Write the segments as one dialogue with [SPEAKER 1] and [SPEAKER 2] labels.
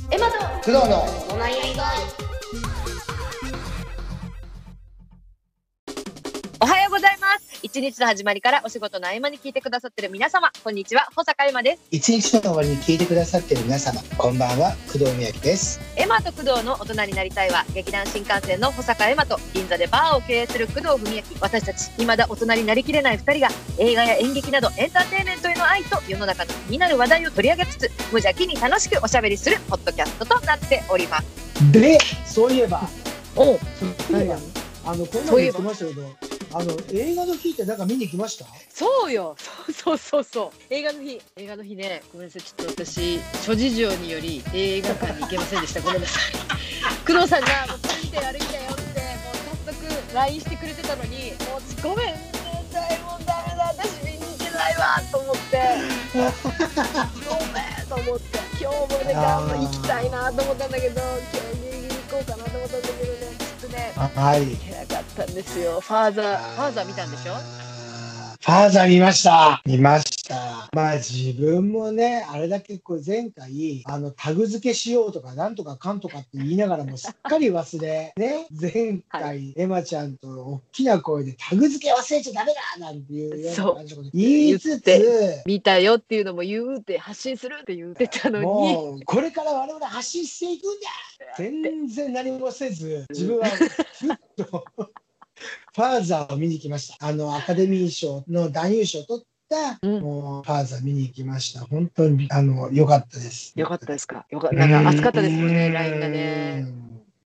[SPEAKER 1] 工藤の
[SPEAKER 2] お前やりたい
[SPEAKER 3] おはようございます。一日の始まりからお仕事の合間に聞いてくださってる皆様、こんにちは、保坂エマです。
[SPEAKER 1] 一日の終わりに聞いてくださっている皆様こんばんは工藤美きです
[SPEAKER 3] エマと工藤の大人になりたいは、劇団新幹線の保坂エマと銀座でバーを経営する工藤文明、私たち、未だ大人になりきれない二人が、映画や演劇などエンターテインメントへの愛と世の中の気になる話題を取り上げつつ、無邪気に楽しくおしゃべりするポッドキャストとなっております。
[SPEAKER 4] で、そういえば、
[SPEAKER 3] おう
[SPEAKER 4] そういえばあのこんなの言ってましたけど、あの映画の日ってなんか見に来ました？
[SPEAKER 3] そうよそうそうそうそう映画の日映画の日ねごめんなさいちょっと私諸事情により映画館に行けませんでしたごめんなさい工藤さんが「もうこれ見て歩きだよ」ってもう早速 LINE してくれてたのにもうごめんなさいもうダメだ私見に行けないわと思ってごめんと思って今日もね頑張行きたいなと思ったんだけど今日ギリギリ行こうかなと思ったんだけどねちょっとね
[SPEAKER 1] はい
[SPEAKER 3] 行けなかったんですよファーザ
[SPEAKER 1] フ
[SPEAKER 3] ーファーザー見たんでしょ
[SPEAKER 1] ファーザー見ました見ましたまあ自分もねあれだけこう前回あのタグ付けしようとかなんとかかんとかって言いながらもすっかり忘れ ね前回、
[SPEAKER 3] は
[SPEAKER 1] エマちゃんと大きな声でタグ付け忘れちゃダメだなんていうよう
[SPEAKER 3] そう
[SPEAKER 1] な感じのこと言いつつ
[SPEAKER 3] 見たよっていうのも言うって発信するって言ってたのに
[SPEAKER 1] もうこれから我々発信していくんだ全然何もせず自分はふっと ファーザーを見に行きましたあのアカデミー賞の男優賞を取った、
[SPEAKER 3] うん
[SPEAKER 1] もうファーザー見に行きました本当にあの良かったです
[SPEAKER 3] よかったですかよかなんか暑かったですもん
[SPEAKER 1] う
[SPEAKER 3] ね
[SPEAKER 1] ん
[SPEAKER 3] ラインがね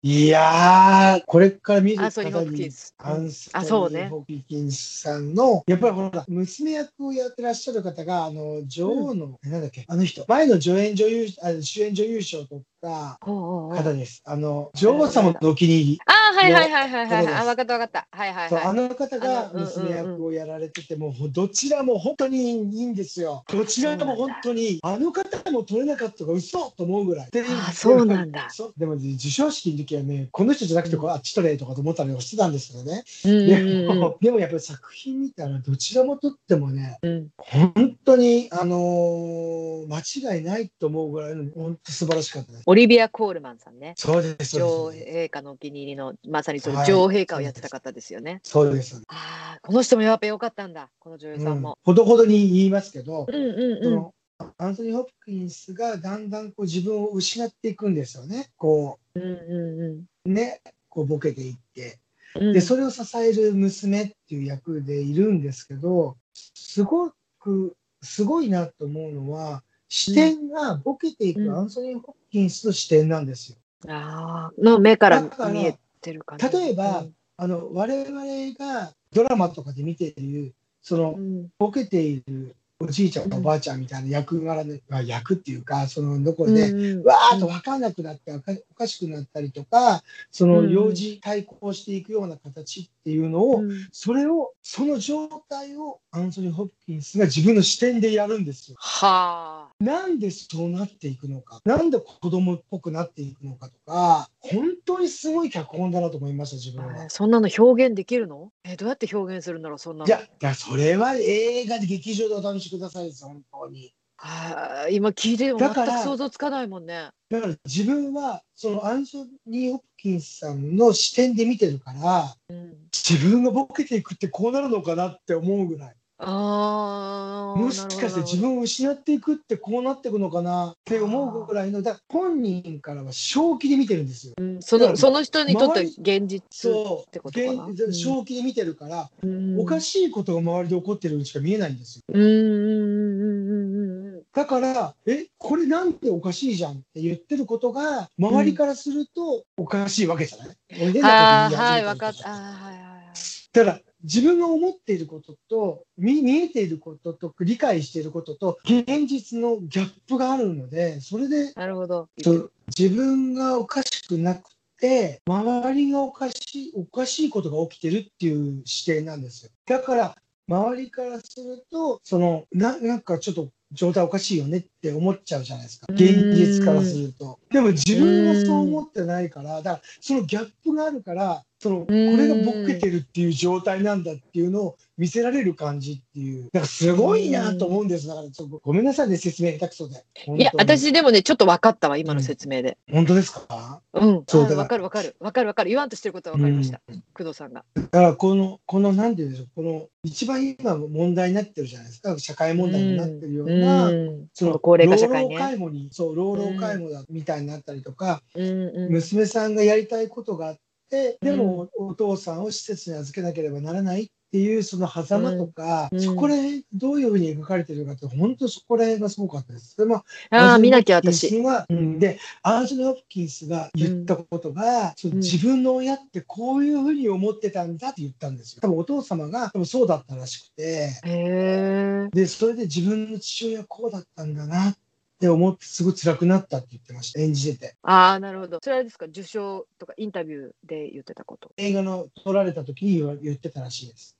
[SPEAKER 1] いやーこれから見る
[SPEAKER 3] アンソニー・ホ
[SPEAKER 1] 方
[SPEAKER 3] プキン
[SPEAKER 1] に
[SPEAKER 3] ス
[SPEAKER 1] アンス
[SPEAKER 3] あそう
[SPEAKER 1] トニー・
[SPEAKER 3] ね
[SPEAKER 1] ホキキンスさんの、やっぱりほら、娘役をやってらっしゃる方が、あの、女王の、なんだっけ、あの人、前の助演女優、あ主演女優賞を取った
[SPEAKER 3] ほうほうほう
[SPEAKER 1] 方です。あの、女王様のお気に入り。
[SPEAKER 3] あはいはいはいはいはい
[SPEAKER 1] そうです
[SPEAKER 3] あ分かった分かったはいはい
[SPEAKER 1] そうあ
[SPEAKER 3] は
[SPEAKER 1] の方が
[SPEAKER 3] あのうんうんうん
[SPEAKER 1] 娘役をやられてて、もうどちらも本当にいいんですよ。どちらも本当に、あの方も取れなかったが嘘と思うぐらい。
[SPEAKER 3] あそうなんだ
[SPEAKER 1] そうでも授賞式の時はね、この人じゃなくてこうあっち取れとかと思ったりもしてたんですけどね。
[SPEAKER 3] いうん
[SPEAKER 1] で
[SPEAKER 3] うんうん
[SPEAKER 1] もでもやっぱり作品見たらどちらも取ってもね、
[SPEAKER 3] うん
[SPEAKER 1] 本当に、あのー間違いないと思うぐらいの、本当素晴らしかったです。
[SPEAKER 3] オリビア・コールマンさんね
[SPEAKER 1] そうです、
[SPEAKER 3] 女
[SPEAKER 1] そう
[SPEAKER 3] 王
[SPEAKER 1] です。
[SPEAKER 3] 陛下のお気に入りのまさにその
[SPEAKER 1] はい
[SPEAKER 3] 女王陛下をやってた方ですよね
[SPEAKER 1] そうです
[SPEAKER 3] ああこの人もやっぱよかったんだこの女優さん
[SPEAKER 1] うん
[SPEAKER 3] も
[SPEAKER 1] ほどほどに言いますけど、
[SPEAKER 3] うんうん
[SPEAKER 1] そ
[SPEAKER 3] うん
[SPEAKER 1] のアンソニー・ホプキンスがだんだんこう自分を失っていくんですよね。こ
[SPEAKER 3] うんうん
[SPEAKER 1] うねこうボケていって
[SPEAKER 3] うん
[SPEAKER 1] でそれを支える娘っていう役でいるんですけどすごくすごいなと思うのは視点がボケてい
[SPEAKER 3] うん
[SPEAKER 1] くアンソニー・ホプキンスの視点なんですよ。
[SPEAKER 3] あーの目から
[SPEAKER 1] だから
[SPEAKER 3] 見えてる感じ
[SPEAKER 1] 例えば
[SPEAKER 3] うん
[SPEAKER 1] あの我々がドラマとかで見ているその
[SPEAKER 3] うん
[SPEAKER 1] ボケているおじいちゃんおばあちゃんみたいな役柄の、まあ役っていうかそのどこで、
[SPEAKER 3] うんうん
[SPEAKER 1] わーっと分かんなくなっておかおかしくなったりとかその幼児対抗していくような形っていうのを、
[SPEAKER 3] うん
[SPEAKER 1] それをその状態をアンソニー・ホプキンスが自分の視点でやるんですよ。
[SPEAKER 3] はあ
[SPEAKER 1] なんでそうなっていくのかなんで子供っぽくなっていくのかとか本当にすごい脚本だなと思いました自分は。
[SPEAKER 3] そんなの表現できるのえどうやって表現するんだろうそんなの
[SPEAKER 1] いやいやそれは映画で劇場でお試しくださいです本当に。
[SPEAKER 3] はあ今聞いても全
[SPEAKER 1] だ
[SPEAKER 3] く
[SPEAKER 1] から
[SPEAKER 3] 想像つかないもんね
[SPEAKER 1] だから自分はそのアンソニー・ホプキンスさんの視点で見てるから。
[SPEAKER 3] うん、
[SPEAKER 1] 自分がボケていくってこうなるのかなって思うぐらい
[SPEAKER 3] あー
[SPEAKER 1] もしかして自
[SPEAKER 3] なる
[SPEAKER 1] 分を失っていくってこうなっていくのかなって思うぐらいのだから本人からは正気で見てるんですよ。
[SPEAKER 3] ほどうんそのその人にとっては
[SPEAKER 1] 周
[SPEAKER 3] 現実
[SPEAKER 1] そ
[SPEAKER 3] って
[SPEAKER 1] う
[SPEAKER 3] ことかな
[SPEAKER 1] 現正気で見てるから、
[SPEAKER 3] うん
[SPEAKER 1] おかしいことが周りで起こってるようにしか見えないんですよ
[SPEAKER 3] うんうんうんうんうんうん
[SPEAKER 1] だからえこれなんておかしいじゃんって言ってることが周りからするとおかしいわけじゃない、俺でな
[SPEAKER 3] あ
[SPEAKER 1] ん
[SPEAKER 3] ー
[SPEAKER 1] か
[SPEAKER 3] は
[SPEAKER 1] 言
[SPEAKER 3] い
[SPEAKER 1] い始めたりと
[SPEAKER 3] 分かったあーはいはいはい
[SPEAKER 1] だから自分が思っていることと見見えていることと理解していることと現実のギャップがあるのでそれで
[SPEAKER 3] なるほど
[SPEAKER 1] そう自分がおかしくなくて周りがおかしいおかしいことが起きてるっていう視点なんですよだから周りからするとそのななんかちょっと状態おかしいよねってって思っちゃうじゃないですか
[SPEAKER 3] うん
[SPEAKER 1] 現実からするとでも自分がそう思ってないからだからそのギャップがあるからそのこれがボケてるっていう状態なんだっていうのを見せられる感じっていうだからすごいなと思うんですだからちょっとごめんなさいね説明下手くそで
[SPEAKER 3] いや
[SPEAKER 1] 本当に
[SPEAKER 3] 私でもねちょっと分かったわ今の説明で
[SPEAKER 1] 本当ですか
[SPEAKER 3] うん、
[SPEAKER 1] そうだ
[SPEAKER 3] あ
[SPEAKER 1] から
[SPEAKER 3] 分かる分かる分かる分かる言わんとしてることは分かりました、工藤さんが
[SPEAKER 1] だからこの、この、なんていうんでしょう、この、一番今問題になってるじゃないですか、社会問題になってるような、
[SPEAKER 3] ん
[SPEAKER 1] その、
[SPEAKER 3] 高齢化社会
[SPEAKER 1] 老老
[SPEAKER 3] ね
[SPEAKER 1] 介護に、そう、老老介護だみたいになったりとか、
[SPEAKER 3] うんうん
[SPEAKER 1] 娘さんがやりたいことがあって、で
[SPEAKER 3] う
[SPEAKER 1] も、お父さんを施設に預けなければならないっていう、その狭間とか、
[SPEAKER 3] うん
[SPEAKER 1] そこら辺、どういうふうに描かれてるかって、本当そこら辺がすごかったです。でまあ
[SPEAKER 3] ああ見なきゃ
[SPEAKER 1] アンソニーホプ
[SPEAKER 3] 私
[SPEAKER 1] キンスがうん、でアンソニー・ホプキンスが言ったことが、そう
[SPEAKER 3] うん
[SPEAKER 1] 自分の親ってこういうふうに思ってたんだって言ったんですよ多分お父様が多分そうだったらしくて
[SPEAKER 3] へえ
[SPEAKER 1] でそれで自分の父親はこうだったんだなって思ってすごい辛くなったって言ってました演じてて
[SPEAKER 3] ああなるほどそれはあれですか受賞とかインタビューで言ってたこと
[SPEAKER 1] 映画の撮られた時に言わ言ってたらしいです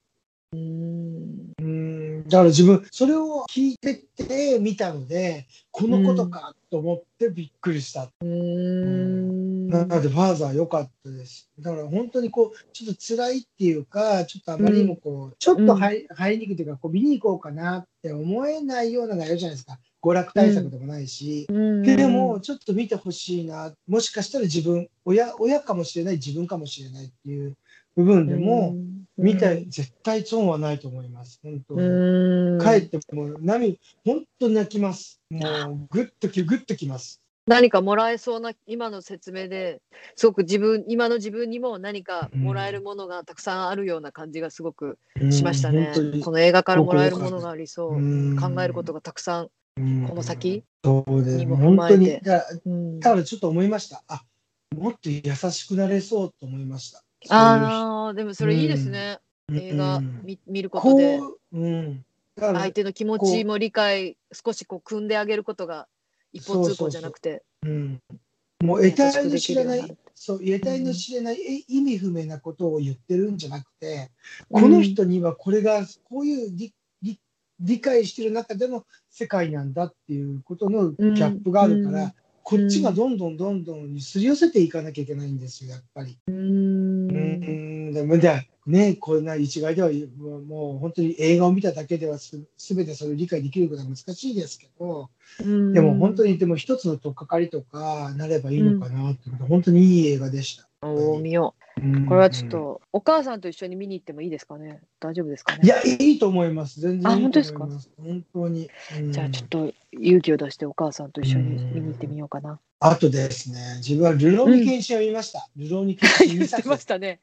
[SPEAKER 3] うん
[SPEAKER 1] うんだから自分それを聞いてて見たのでこのことかと思ってびっくりした
[SPEAKER 3] うん
[SPEAKER 1] なので、ファーザー良かったです。だから本当にこう、ちょっと辛いっていうか、ちょっとあまりにもこう、ちょっと入,、入りにくいというか、こう見に行こうかなって思えないような内容じゃないですか。娯楽対策でもないし。ででも、ちょっと見てほしいな。もしかしたら自分、親、親かもしれない、自分かもしれないっていう部分でも、見たい、絶対損はないと思います。本当に。
[SPEAKER 3] うん
[SPEAKER 1] 帰ってもう涙、本当泣きます。もう、ぐっとき、ぐっときます。
[SPEAKER 3] 何かもらえそうな今の説明ですごく自分今の自分にも何かもらえるものがたくさんあるような感じがすごくしましたね
[SPEAKER 1] うん本当に
[SPEAKER 3] この映画からもらえるものがありそう
[SPEAKER 1] うん
[SPEAKER 3] 考えることがたくさんこ
[SPEAKER 1] こ
[SPEAKER 3] の先、
[SPEAKER 1] そうで
[SPEAKER 3] に
[SPEAKER 1] す
[SPEAKER 3] も踏
[SPEAKER 1] 本
[SPEAKER 3] まえ
[SPEAKER 1] 当
[SPEAKER 3] て
[SPEAKER 1] にだから
[SPEAKER 3] うん
[SPEAKER 1] だからちょっと思いましたあもっと優しくなれそうと思いました
[SPEAKER 3] あーでもそれいいですね、
[SPEAKER 1] そういう人
[SPEAKER 3] 映画
[SPEAKER 1] うん
[SPEAKER 3] 見見ることで
[SPEAKER 1] こう、うん、だから
[SPEAKER 3] 相手の気持ちも理解少しこう組んであげることが一方通行じゃなくて
[SPEAKER 1] うん、もう
[SPEAKER 3] 優
[SPEAKER 1] 得
[SPEAKER 3] しく
[SPEAKER 1] 体の知らな
[SPEAKER 3] できるようにないる
[SPEAKER 1] そう得体の知れない、え意味不明なことを言ってるんじゃなくてこの人にはこれがこういう理理理解してる中での世界なんだっていうことのギャップがあるから、
[SPEAKER 3] うん
[SPEAKER 1] こっちがどんどんどんどんすり寄せていかなきゃいけないんですよやっぱり。
[SPEAKER 3] うん
[SPEAKER 1] うん、でもでね、こんな一概ではもうもう本当に映画を見ただけではす全てそれを理解できることは難しいですけど、でも本当にでも一つの取っかかりとかなればいいのかなってこと、本当にいい映画でした。
[SPEAKER 3] おー見よ
[SPEAKER 1] うん
[SPEAKER 3] うこれはちょっとお母さんと一緒に見に行ってもいいですかね大丈夫ですかね
[SPEAKER 1] いやいいと思います全然いいと思い
[SPEAKER 3] あ本当
[SPEAKER 1] ま
[SPEAKER 3] です
[SPEAKER 1] 本当に、うん
[SPEAKER 3] じゃあちょっと勇気を出してお母さんと一緒に見に行ってみようかな。
[SPEAKER 1] あとですね自分はルローニケンシンを見ました、ルローニケン シン2作
[SPEAKER 3] たね。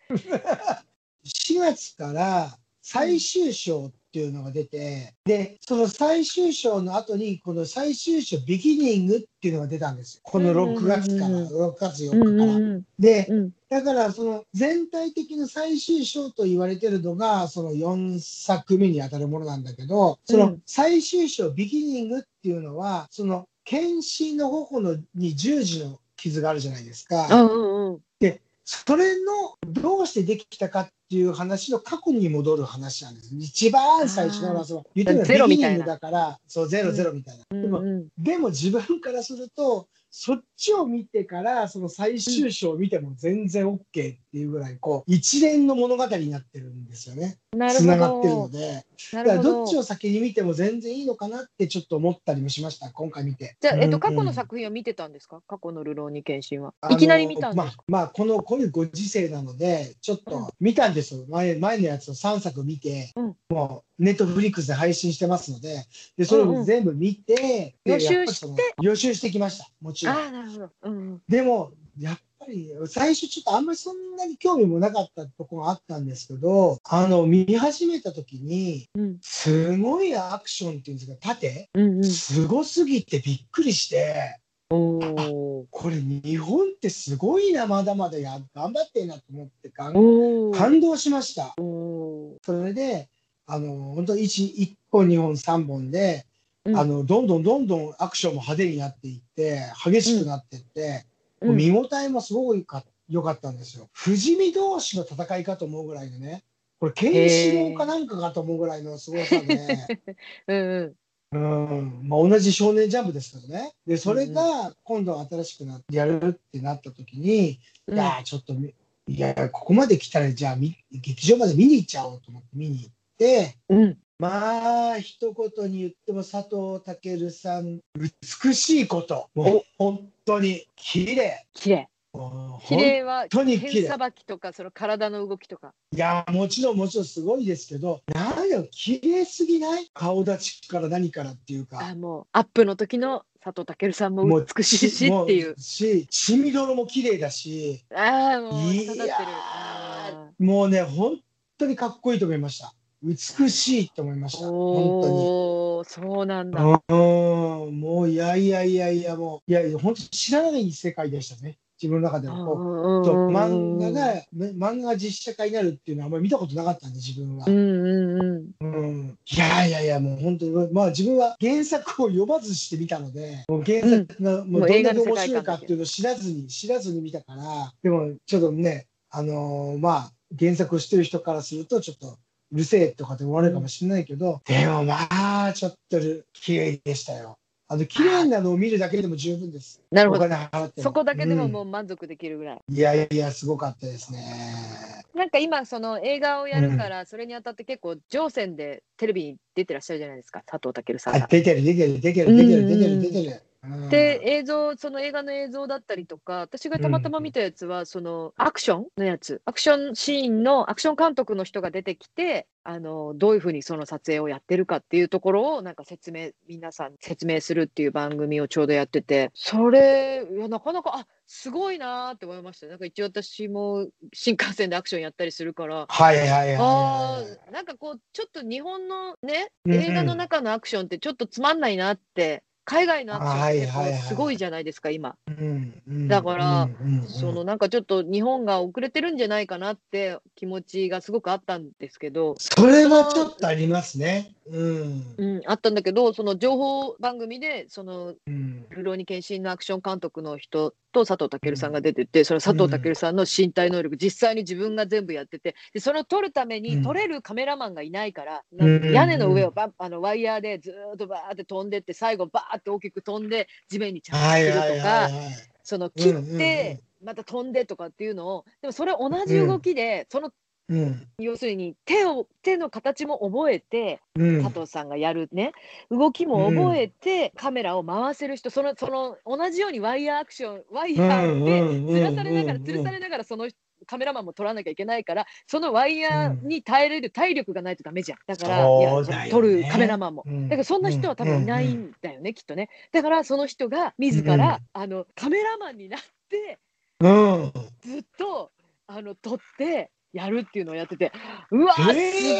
[SPEAKER 1] 4月から最終章っていうのが出てでその最終章の後にこの最終章ビギニングっていうのが出たんですよこの6月から
[SPEAKER 3] うんうん
[SPEAKER 1] 6月4
[SPEAKER 3] う
[SPEAKER 1] 日
[SPEAKER 3] んう
[SPEAKER 1] から。
[SPEAKER 3] ん
[SPEAKER 1] で
[SPEAKER 3] うん
[SPEAKER 1] だからその全体的な最終章と言われてるのがその4作目にあたるものなんだけどそうの
[SPEAKER 3] ん
[SPEAKER 1] 最終章ビギニングっていうのはその検診の頬のに十字の傷があるじゃないですか。
[SPEAKER 3] うんうんうん。
[SPEAKER 1] それのどうしてできたかっていう話の過去に戻る話なんです。一番最初のその言ってみれば
[SPEAKER 3] ゼロみたいな
[SPEAKER 1] ビギニングだから、そうゼロゼロみたいな。
[SPEAKER 3] う
[SPEAKER 1] でも
[SPEAKER 3] んうん
[SPEAKER 1] でも自分からするとそっちを見てからその最終章を見ても全然 OK っていうぐらいこう一連の物語になってるんですよね。
[SPEAKER 3] なる
[SPEAKER 1] つなが
[SPEAKER 3] ほ
[SPEAKER 1] ってるの
[SPEAKER 3] ど。
[SPEAKER 1] で。
[SPEAKER 3] な
[SPEAKER 1] だから
[SPEAKER 3] るほ
[SPEAKER 1] ど
[SPEAKER 3] ど
[SPEAKER 1] っち。を先に見ても全然いいのかなってちょっと思ったりもしました今回見て。
[SPEAKER 3] じゃあ、えっと、過去
[SPEAKER 1] うんう
[SPEAKER 3] の
[SPEAKER 1] ん
[SPEAKER 3] 作品は見てたんですか過去のルローニケンシンは
[SPEAKER 1] あ。の
[SPEAKER 3] いきなり見たんですか
[SPEAKER 1] まあ、まあ、この、こういうご時世なので、ちょっ
[SPEAKER 3] うん
[SPEAKER 1] と見たんですよ。前、前のやつを3作見て、
[SPEAKER 3] うん
[SPEAKER 1] もう、ネットフリックスで配信してますので、で、それ
[SPEAKER 3] うんう
[SPEAKER 1] を
[SPEAKER 3] ん
[SPEAKER 1] 全部見て、で
[SPEAKER 3] 予習
[SPEAKER 1] やっぱりその予習してきました。もちろ
[SPEAKER 3] あ
[SPEAKER 1] ん。
[SPEAKER 3] あ、なるほど。うんうん。
[SPEAKER 1] でも、やっぱり、最初ちょっとあんまりそんなに興味もなかったとこがあったんですけど、あの、見始めた時に、
[SPEAKER 3] うん
[SPEAKER 1] すごいアクションっていうんですか、縦、
[SPEAKER 3] うんうん。
[SPEAKER 1] すごすぎてびっくりして、
[SPEAKER 3] おー
[SPEAKER 1] これ日本ってすごいなまだまだや頑張ってんなと思って感
[SPEAKER 3] おー。
[SPEAKER 1] 感動しました
[SPEAKER 3] お
[SPEAKER 1] それであの本当一1本2本3本で、
[SPEAKER 3] うん
[SPEAKER 1] あのどんどんどんどんアクションも派手になっていって激しくなっていって、
[SPEAKER 3] ー。うん
[SPEAKER 1] 見応えもすごいか良かったんですよ不死身同士の戦いかと思うぐらいの ねこれケンシロウかなんかかと思うぐらいのすごさで、
[SPEAKER 3] うんうん。
[SPEAKER 1] うんまあ、同じ少年ジャンプですけどね。で、それが今度新しくなってやるってなった時に、
[SPEAKER 3] うん
[SPEAKER 1] いやー、ちょっとみ、いやー、ここまで来たら、じゃあみ、劇場まで見に行っちゃおうと思って見に行って、
[SPEAKER 3] うん。
[SPEAKER 1] まあ、一言に言っても佐藤健さん、美しいこと。もう本当に、綺麗。
[SPEAKER 3] 綺麗。
[SPEAKER 1] もう
[SPEAKER 3] 綺麗は
[SPEAKER 1] 当に綺麗
[SPEAKER 3] 剣さばきとかその体の動きとか。
[SPEAKER 1] いやもちろんもちろんすごいですけど何よ綺麗すぎない顔立ちから何からっていうか
[SPEAKER 3] あもうアップの時の佐藤健さんも美しいしっていう
[SPEAKER 1] も。し血みどろも綺麗だし
[SPEAKER 3] ああもう
[SPEAKER 1] い
[SPEAKER 3] 育
[SPEAKER 1] や
[SPEAKER 3] って
[SPEAKER 1] ー
[SPEAKER 3] る。あ
[SPEAKER 1] もうね本当にかっこいいと思いました美しいと思いまし
[SPEAKER 3] ー
[SPEAKER 1] た本
[SPEAKER 3] おおそうなんだ。
[SPEAKER 1] 当にうんもういやいやいやいやもういやいや本当に知らない世界でしたね自分の中ではこうそう漫画
[SPEAKER 3] が
[SPEAKER 1] がめ漫画が実写化になるっていうのはあんまり見たことなかったんで自分は
[SPEAKER 3] うんうんうん。
[SPEAKER 1] うんいやいやいや、もう本当に、まあ自分は原作を読まずしてみたので、もう原作が、もうどんだけ面白いかっていうのを知らずに、知らずに見たから、でもちょっとね、あのーまあ原作をしてる人からすると、ちょっとうるせえとかって思われるかもしれないけど、でもまあ、ちょっと綺麗でしたよ。あの、綺麗なのを見るだけでも十分です。
[SPEAKER 3] なる
[SPEAKER 1] お
[SPEAKER 3] ほど。
[SPEAKER 1] 金払っても
[SPEAKER 3] そこだけでもも
[SPEAKER 1] う
[SPEAKER 3] う満足できるぐらい。
[SPEAKER 1] んいやいや、すごかったですね。
[SPEAKER 3] なんか今その映画をやるから、それにあたって結構上線でテレビに出てらっしゃるじゃないですか佐藤健さん
[SPEAKER 1] あ
[SPEAKER 3] が。
[SPEAKER 1] 出てる、出てる、出てる、出てる、出てる、出てる。うん
[SPEAKER 3] で映像その映画の映像だったりとか私がたまたま見たやつは、そのアクションのやつアクションシーンのアクション監督の人が出てきてあのどういうふうにその撮影をやってるかっていうところをなんか説明皆さんに説明するっていう番組をちょうどやっててそれいやなかなかあすごいなーって思いましたなんか一応私も新幹線でアクションやったりするから。
[SPEAKER 1] はいはいはいはいは
[SPEAKER 3] あ
[SPEAKER 1] い。
[SPEAKER 3] ーなんかこうちょっと日本のね
[SPEAKER 1] うんうん
[SPEAKER 3] 映画の中のアクションってちょっとつまんないなって海外のアクションって
[SPEAKER 1] はいはいはい
[SPEAKER 3] こうすごいじゃないですか今だ
[SPEAKER 1] だ
[SPEAKER 3] から、
[SPEAKER 1] うんうんうん
[SPEAKER 3] そのなんかちょっと日本が遅れてるんじゃないかなって気持ちがすごくあったんですけど、
[SPEAKER 1] それはちょっとありますね。うん。
[SPEAKER 3] うん、あったんだけどその情報番組でその
[SPEAKER 1] うん
[SPEAKER 3] ルローニケンシンのアクション監督の人と佐藤健さんが出てて、その佐藤健さんの身体能力、実際に自分が全部やっててでそれを撮るため
[SPEAKER 1] う
[SPEAKER 3] に
[SPEAKER 1] ん
[SPEAKER 3] 撮れるカメラマンがいないから、
[SPEAKER 1] うんうん
[SPEAKER 3] 屋根の上をバンあのワイヤーでずーっとバーって飛んでって最後バーって大きく飛んで地面に着地
[SPEAKER 1] は
[SPEAKER 3] す
[SPEAKER 1] い
[SPEAKER 3] るとか、
[SPEAKER 1] はいはいはい。
[SPEAKER 3] その切って、
[SPEAKER 1] うんうんうん
[SPEAKER 3] また飛んでとかっていうのをでもそれ同じ動きで、その
[SPEAKER 1] うん。
[SPEAKER 3] 要するに手を手の形も覚えて
[SPEAKER 1] うん
[SPEAKER 3] 佐藤さんがやるね、動きも覚えて、カメラを回せる人そのその同じようにワイヤーアクションワイヤーで吊らされながら吊るされながらそのカメラマンも取らなきゃいけないからそのワイヤーに耐えれる体力がないとダメじゃんだから
[SPEAKER 1] そう
[SPEAKER 3] い
[SPEAKER 1] だよ
[SPEAKER 3] や
[SPEAKER 1] ね
[SPEAKER 3] その撮るカメラマンも。
[SPEAKER 1] うん
[SPEAKER 3] だからそんな人は多分いないんだよね、きっとねだからその人が自ら、
[SPEAKER 1] うん
[SPEAKER 3] あのカメラマンになって
[SPEAKER 1] うんうん
[SPEAKER 3] ずっとあの撮ってやるっていうのをやっててうわ、
[SPEAKER 1] えー
[SPEAKER 3] すごいす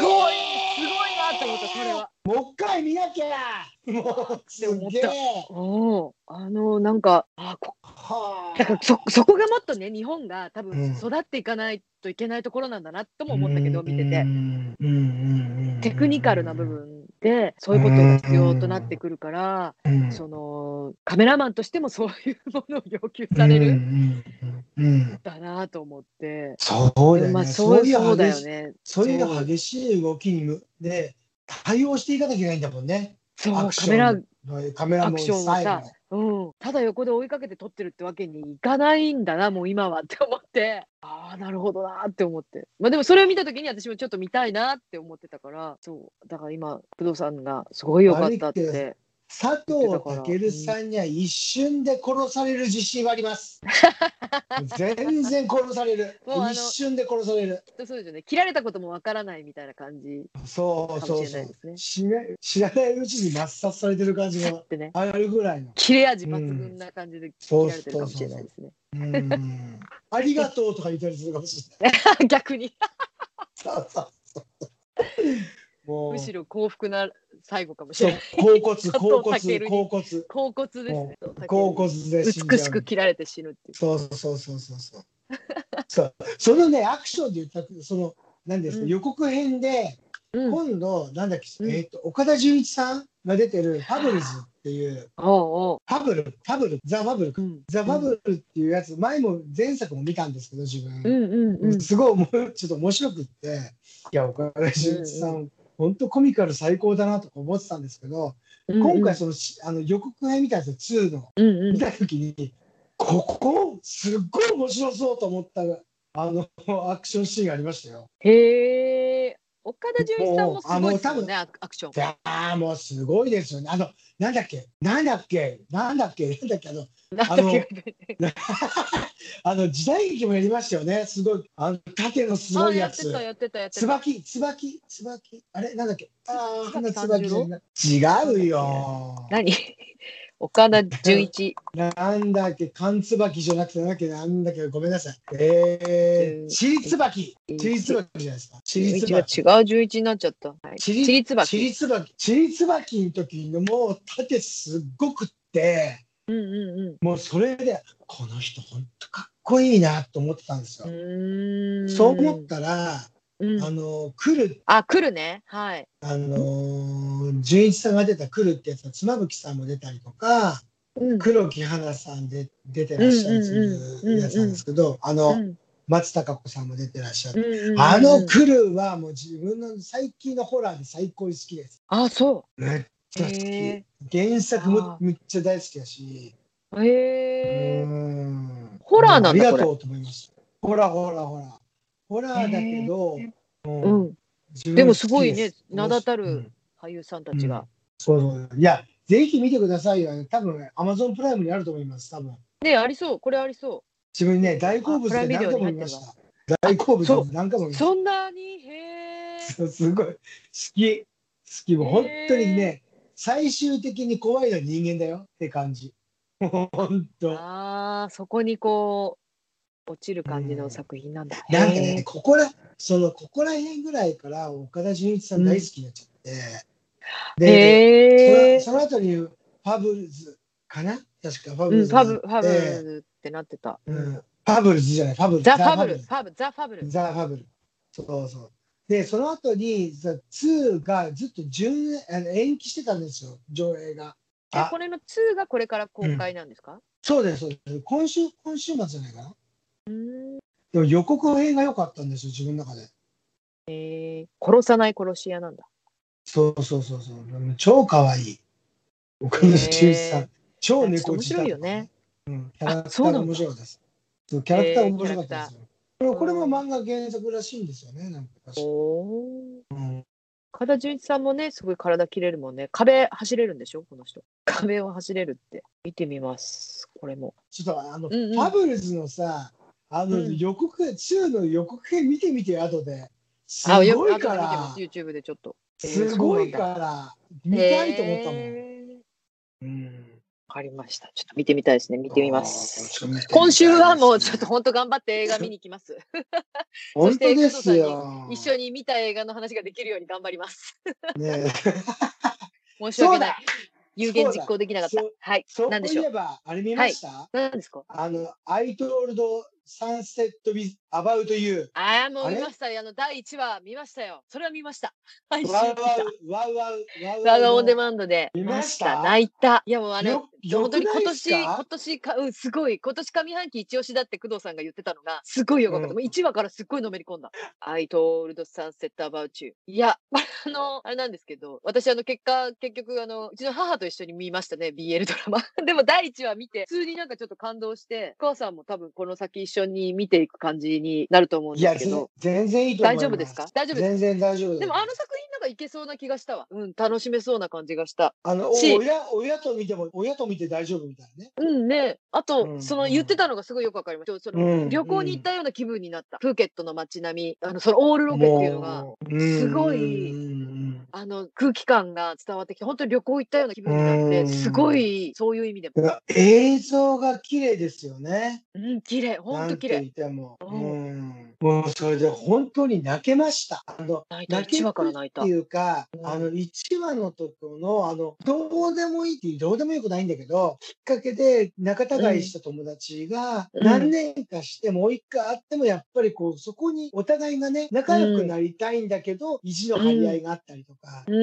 [SPEAKER 3] ごいなと思ったそれは。
[SPEAKER 1] もう一回見なきゃもうす
[SPEAKER 3] 思っ
[SPEAKER 1] げえ
[SPEAKER 3] たおーあのなんかあこ
[SPEAKER 1] はあ
[SPEAKER 3] だからそそこがもっとね日本が
[SPEAKER 1] う
[SPEAKER 3] 多分
[SPEAKER 1] ん
[SPEAKER 3] 育っていかないといけないところなんだなとも思ったけど
[SPEAKER 1] うん
[SPEAKER 3] 見て
[SPEAKER 1] う
[SPEAKER 3] て。
[SPEAKER 1] んうんうんうん
[SPEAKER 3] テクニカルな部分でそういうことが必要となってくるから、
[SPEAKER 1] うん
[SPEAKER 3] そのカメラマンとしてもそういうものを要求される、
[SPEAKER 1] うんうんうんうん
[SPEAKER 3] だなと思って。
[SPEAKER 1] そうだよ
[SPEAKER 3] まあ、
[SPEAKER 1] ね。
[SPEAKER 3] そう
[SPEAKER 1] い
[SPEAKER 3] そうだ
[SPEAKER 1] 激
[SPEAKER 3] よ
[SPEAKER 1] し
[SPEAKER 3] ね。
[SPEAKER 1] そういう激しい動きにむで対応していかなきゃいけないんだもんね。
[SPEAKER 3] そう
[SPEAKER 1] アク
[SPEAKER 3] カ
[SPEAKER 1] ショ
[SPEAKER 3] メ
[SPEAKER 1] ン
[SPEAKER 3] ラ、
[SPEAKER 1] カメラも
[SPEAKER 3] アクションを
[SPEAKER 1] 最
[SPEAKER 3] さ
[SPEAKER 1] 後
[SPEAKER 3] うん、ただ横で追いかけて撮ってるってわけにいかないんだな、もう今はって思って、ああ、なるほどなって思って。まあでもそれを見たときに私もちょっと見たいなって思ってたから、そう、だから今、工藤さんがすごい良かったっ
[SPEAKER 1] 悪いけ
[SPEAKER 3] て。
[SPEAKER 1] 佐藤健さんには一瞬で殺される自信はあります。全然殺される
[SPEAKER 3] もうあ。の
[SPEAKER 1] 一瞬で殺される。
[SPEAKER 3] きっとそうですよね。切られたこともわからないみたいな感じ
[SPEAKER 1] そう
[SPEAKER 3] かも
[SPEAKER 1] そう
[SPEAKER 3] しれ
[SPEAKER 1] そ
[SPEAKER 3] ないです
[SPEAKER 1] う。
[SPEAKER 3] ね
[SPEAKER 1] 知ら知らないうちに抹殺されてる感じが
[SPEAKER 3] でね。
[SPEAKER 1] あるぐらいの。
[SPEAKER 3] 切れ味抜群な感じで切
[SPEAKER 1] そう
[SPEAKER 3] られて
[SPEAKER 1] そ
[SPEAKER 3] るか
[SPEAKER 1] う
[SPEAKER 3] もし
[SPEAKER 1] そ
[SPEAKER 3] れ
[SPEAKER 1] う
[SPEAKER 3] ないですね。
[SPEAKER 1] うん。ありがとうとか言ったりするかもしれない。
[SPEAKER 3] 逆に、
[SPEAKER 1] そうそうそうもう
[SPEAKER 3] むしろ幸福な最後かもし
[SPEAKER 1] そ
[SPEAKER 3] れ
[SPEAKER 1] う
[SPEAKER 3] ない。
[SPEAKER 1] 甲骨甲骨
[SPEAKER 3] 佐藤健に
[SPEAKER 1] 甲骨
[SPEAKER 3] 甲骨ですね。
[SPEAKER 1] 甲骨で死んじ
[SPEAKER 3] 美
[SPEAKER 1] ゃ
[SPEAKER 3] し
[SPEAKER 1] う
[SPEAKER 3] く切られて死ぬっていう。
[SPEAKER 1] そうそうそうそうそう。そうそのねアクションで言ったその何ですか、
[SPEAKER 3] うん
[SPEAKER 1] 予告編で
[SPEAKER 3] うん、おう
[SPEAKER 1] 今度なんだっけ、
[SPEAKER 3] うん
[SPEAKER 1] えっ、と岡田准一さんが出てるファブルズっていう
[SPEAKER 3] お
[SPEAKER 1] ファブルファブルザファブル
[SPEAKER 3] う
[SPEAKER 1] か
[SPEAKER 3] うん。
[SPEAKER 1] ザファブルっていうやつ前も前作も見たんですけど自
[SPEAKER 3] う
[SPEAKER 1] 分、
[SPEAKER 3] んうんうん。
[SPEAKER 1] すごいおもちょっと面白くっていや岡田准一さん、ほんとコミカル最高だなとか思ってたんですけど
[SPEAKER 3] うん
[SPEAKER 1] 今回そのしあの予告編みたいなやつ2の
[SPEAKER 3] うんうん
[SPEAKER 1] 見た時にここすっごい面白そうと思ったあのアクションシーンがありましたよ。
[SPEAKER 3] へえ岡田准一さんもすごい
[SPEAKER 1] もう
[SPEAKER 3] ですよ
[SPEAKER 1] あの多
[SPEAKER 3] ねアクアクション
[SPEAKER 1] いやーもうすごいですよね。あのなんだっけなんだっけなんだっけなんだっけあの
[SPEAKER 3] なんだっけ
[SPEAKER 1] あの時代劇もやりましたよね。すごいあの縦のすご
[SPEAKER 3] あ
[SPEAKER 1] いや
[SPEAKER 3] やって
[SPEAKER 1] つ。
[SPEAKER 3] たやってたやってた
[SPEAKER 1] 椿椿椿あれなんだっけああ花
[SPEAKER 3] 椿三
[SPEAKER 1] 椿
[SPEAKER 3] 十
[SPEAKER 1] じ
[SPEAKER 3] 郎
[SPEAKER 1] ゃない違うよ。
[SPEAKER 3] 何岡田准一
[SPEAKER 1] なんだっけ、缶椿じゃなくて、なんだっけ、なんだっけ、ごめんなさい。え
[SPEAKER 3] うん
[SPEAKER 1] ー、ちりつばき。
[SPEAKER 3] うん
[SPEAKER 1] ちりつばきじゃないですか。ち
[SPEAKER 3] 準
[SPEAKER 1] りつ
[SPEAKER 3] 一
[SPEAKER 1] ば
[SPEAKER 3] は
[SPEAKER 1] き。
[SPEAKER 3] 違う準一になっちゃったはい
[SPEAKER 1] ち
[SPEAKER 3] ち
[SPEAKER 1] り
[SPEAKER 3] りつば
[SPEAKER 1] ち
[SPEAKER 3] き
[SPEAKER 1] りつばき。ちりつばきの時のもう縦すっごくって、
[SPEAKER 3] うんうん
[SPEAKER 1] もうそれで、この人ほんとかっこいいなと思ってたんです
[SPEAKER 3] う
[SPEAKER 1] よ。
[SPEAKER 3] んうーん
[SPEAKER 1] そう思ったら、
[SPEAKER 3] うん
[SPEAKER 1] あの、来る、
[SPEAKER 3] あ来るねはい
[SPEAKER 1] あのー、純一さんが出た来るってやつは、妻夫木さんも出たりとか、
[SPEAKER 3] うん
[SPEAKER 1] 黒木花さんで出てらっしゃるっていうやつなんですけど、あの、
[SPEAKER 3] うん
[SPEAKER 1] 松たか子さんも出てらっしゃ
[SPEAKER 3] う
[SPEAKER 1] る。
[SPEAKER 3] んうんうん
[SPEAKER 1] あのクルーはもう自分の最近のホラーで最高に好きです。
[SPEAKER 3] あそ
[SPEAKER 1] めっちゃ好
[SPEAKER 3] へ
[SPEAKER 1] き。原作
[SPEAKER 3] あ
[SPEAKER 1] もめっちゃ大好きだし。
[SPEAKER 3] う
[SPEAKER 1] う
[SPEAKER 3] へえ
[SPEAKER 1] ーん
[SPEAKER 3] ホラーなんだ
[SPEAKER 1] ありがとうと思います。ホラーホラーホラー。ホラーだけど、
[SPEAKER 3] う
[SPEAKER 1] うん
[SPEAKER 3] ん
[SPEAKER 1] 自分好き
[SPEAKER 3] でもすごい
[SPEAKER 1] で
[SPEAKER 3] ね
[SPEAKER 1] す
[SPEAKER 3] 名だたる
[SPEAKER 1] うん
[SPEAKER 3] 俳優さんたちが
[SPEAKER 1] そうそう。いや、ぜひ見てくださいよ。多分 Amazon プライムにあると思います。多分
[SPEAKER 3] ねありそうこれありそ
[SPEAKER 1] 自分ね、大好物
[SPEAKER 3] あ
[SPEAKER 1] で
[SPEAKER 3] プライム
[SPEAKER 1] 何
[SPEAKER 3] ビデオ
[SPEAKER 1] 回
[SPEAKER 3] に
[SPEAKER 1] も
[SPEAKER 3] 入
[SPEAKER 1] 見
[SPEAKER 3] って
[SPEAKER 1] ま
[SPEAKER 3] る
[SPEAKER 1] した。大好
[SPEAKER 3] そ
[SPEAKER 1] 物
[SPEAKER 3] う
[SPEAKER 1] で何回も見
[SPEAKER 3] う
[SPEAKER 1] ました。
[SPEAKER 3] そんなにへえ
[SPEAKER 1] そう すごい好き好きもう本当にね、最終的に怖いのは人間だよって感じもう本 当な
[SPEAKER 3] ああそこにこう落ちる感じの作品なんだ。
[SPEAKER 1] んかねここらそのここら辺ぐらいから岡田准一さん大好きになっちゃって、で、
[SPEAKER 3] へえ。
[SPEAKER 1] そのその後にファブルズかな確かファブ
[SPEAKER 3] う
[SPEAKER 1] ル
[SPEAKER 3] ん
[SPEAKER 1] ズ
[SPEAKER 3] フ
[SPEAKER 1] があ
[SPEAKER 3] ァ
[SPEAKER 1] って、
[SPEAKER 3] ブファブルってなってた。
[SPEAKER 1] うんファブルズじゃないファブル
[SPEAKER 3] ザファブルフ
[SPEAKER 1] ザ・
[SPEAKER 3] ァブザファブル。
[SPEAKER 1] ザ・ファブルそうそうでその後にザ2がずっと順あの延期してたんですよ上映が
[SPEAKER 3] え
[SPEAKER 1] あ
[SPEAKER 3] これの2がこれから公開なんですか？
[SPEAKER 1] そうです、そうです。今週、今週末じゃないかな。
[SPEAKER 3] うーん。
[SPEAKER 1] でも予告編が良かったんですよ、自分の中で。
[SPEAKER 3] えー殺さない殺し屋なんだ。
[SPEAKER 1] そうそうそうそう。超可愛い。岡田准一さん。超猫舌
[SPEAKER 3] 面白いよね。
[SPEAKER 1] うん、キャラク
[SPEAKER 3] あ
[SPEAKER 1] タ
[SPEAKER 3] そう
[SPEAKER 1] ー
[SPEAKER 3] な
[SPEAKER 1] が
[SPEAKER 3] んだ
[SPEAKER 1] 面白かったです。そうキャラクターが面白かっ
[SPEAKER 3] えーキャ
[SPEAKER 1] た
[SPEAKER 3] ラ
[SPEAKER 1] で
[SPEAKER 3] ク
[SPEAKER 1] すよ。これこれも漫画原作らしいんですよね、なんか確か。
[SPEAKER 3] おお。
[SPEAKER 1] うん
[SPEAKER 3] 岡田准一さんもねすごい体切れるもんね。壁走れるんでしょこの人。壁を走れるって見てみます。これも。
[SPEAKER 1] ちょっとあの、
[SPEAKER 3] うんうん
[SPEAKER 1] ファブルズのさ、あの、
[SPEAKER 3] うん
[SPEAKER 1] 予告、2の予告編見てみてよ、後で。す
[SPEAKER 3] あよ
[SPEAKER 1] ごい
[SPEAKER 3] く後で
[SPEAKER 1] か
[SPEAKER 3] 見てま
[SPEAKER 1] ら
[SPEAKER 3] す。YouTube でちょっと。えー
[SPEAKER 1] すごいから。見たいと思ったもん。
[SPEAKER 3] へー
[SPEAKER 1] うん
[SPEAKER 3] わかりました。ちょっと見てみたいですね。見てみます。
[SPEAKER 1] あー。
[SPEAKER 3] 今週はもうちょっと本当頑張って映画見に行きます。
[SPEAKER 1] 本
[SPEAKER 3] そして
[SPEAKER 1] 当ですよ。
[SPEAKER 3] 一緒に見た映画の話ができるように頑張ります。
[SPEAKER 1] ねえ、そう
[SPEAKER 3] 申し訳ない
[SPEAKER 1] だ。。
[SPEAKER 3] 有言実行できなかった
[SPEAKER 1] そう。
[SPEAKER 3] はい。
[SPEAKER 1] そう
[SPEAKER 3] なんで
[SPEAKER 1] い
[SPEAKER 3] しょう。
[SPEAKER 1] えばあれ見ました？
[SPEAKER 3] 何ですか
[SPEAKER 1] あのアイトールドサンセットビズアバウトユ
[SPEAKER 3] ああ、も
[SPEAKER 1] あ
[SPEAKER 3] う
[SPEAKER 1] れ
[SPEAKER 3] 見ましたよ。あの、第1話見ましたよ。それは見ました。配
[SPEAKER 1] ー。
[SPEAKER 3] 信
[SPEAKER 1] ワ
[SPEAKER 3] 見
[SPEAKER 1] ウワ
[SPEAKER 3] た。
[SPEAKER 1] ウワウワウワウ
[SPEAKER 3] ガガオンデ
[SPEAKER 1] の
[SPEAKER 3] マンドで
[SPEAKER 1] 見ました
[SPEAKER 3] 泣いた。いやもうあれ、
[SPEAKER 1] よよ
[SPEAKER 3] 本当
[SPEAKER 1] く
[SPEAKER 3] に
[SPEAKER 1] な
[SPEAKER 3] 今
[SPEAKER 1] いです
[SPEAKER 3] 年、今
[SPEAKER 1] か？
[SPEAKER 3] 年か、うん、すごい。今年上半期一押しだって工藤さんが言ってたのが、すごいよかった。
[SPEAKER 1] うん
[SPEAKER 3] もう1話からすっごいのめり込んだ。I told sunset about you. いや、 あの、あれなんですけど、私あの結果、結局あの、うちの母と一緒に見ましたね、BL ドラマ。 でも第1話見て、普通になんかちょっと感動して、お母さんも多分この先一緒に見ていく感じになると思うん
[SPEAKER 1] い
[SPEAKER 3] で
[SPEAKER 1] や
[SPEAKER 3] すけど。
[SPEAKER 1] 全然いいと思います。
[SPEAKER 3] 大丈夫ですか大丈夫です
[SPEAKER 1] 全然大丈夫す
[SPEAKER 3] でもあの作品なんかいけそうな気がしたわ。うん、楽しめそうな感じがした。
[SPEAKER 1] あの
[SPEAKER 3] し
[SPEAKER 1] 親親と見ても親と見て大丈夫みたいなね。
[SPEAKER 3] うんね。あと、
[SPEAKER 1] うん
[SPEAKER 3] その言ってたのがすごいよくわかりました。その
[SPEAKER 1] うん
[SPEAKER 3] 旅行に行ったような気分になった。プーケットの街並み、あの、そのオールロケっていうのが、
[SPEAKER 1] もう
[SPEAKER 3] すごい
[SPEAKER 1] うん
[SPEAKER 3] あの、空気感が伝わってきて、本当に旅行行ったような気分になっ
[SPEAKER 1] う
[SPEAKER 3] て、
[SPEAKER 1] ん
[SPEAKER 3] すごい、そういう意味でも。
[SPEAKER 1] いや映像が綺麗ですよね。
[SPEAKER 3] うん、綺麗。本当綺
[SPEAKER 1] なん
[SPEAKER 3] 麗。
[SPEAKER 1] と言っても、
[SPEAKER 3] う
[SPEAKER 1] うん、もうそれで本当に泣けました。あの
[SPEAKER 3] 泣いた。
[SPEAKER 1] 泣け
[SPEAKER 3] 1
[SPEAKER 1] る
[SPEAKER 3] 話から
[SPEAKER 1] っ
[SPEAKER 3] 泣い
[SPEAKER 1] て
[SPEAKER 3] た。
[SPEAKER 1] いうか、
[SPEAKER 3] うん
[SPEAKER 1] あの1話のとこのあのどうでもいいっていうどうでもよくないんだけどきっかけで仲違いした友達が
[SPEAKER 3] うん
[SPEAKER 1] 何年かしてもう一回会ってもやっぱりこうそこにお互いがね仲良くなりたいんだけど、意地の張り合いがあったりとか。
[SPEAKER 3] うん